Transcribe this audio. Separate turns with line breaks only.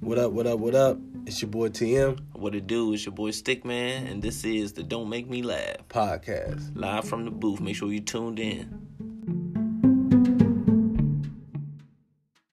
What up, what up, what up? It's your boy TM
What it do? It's your boy Stickman, and this is the Don't Make Me Laugh
podcast.
live from the booth. Make sure you tuned in.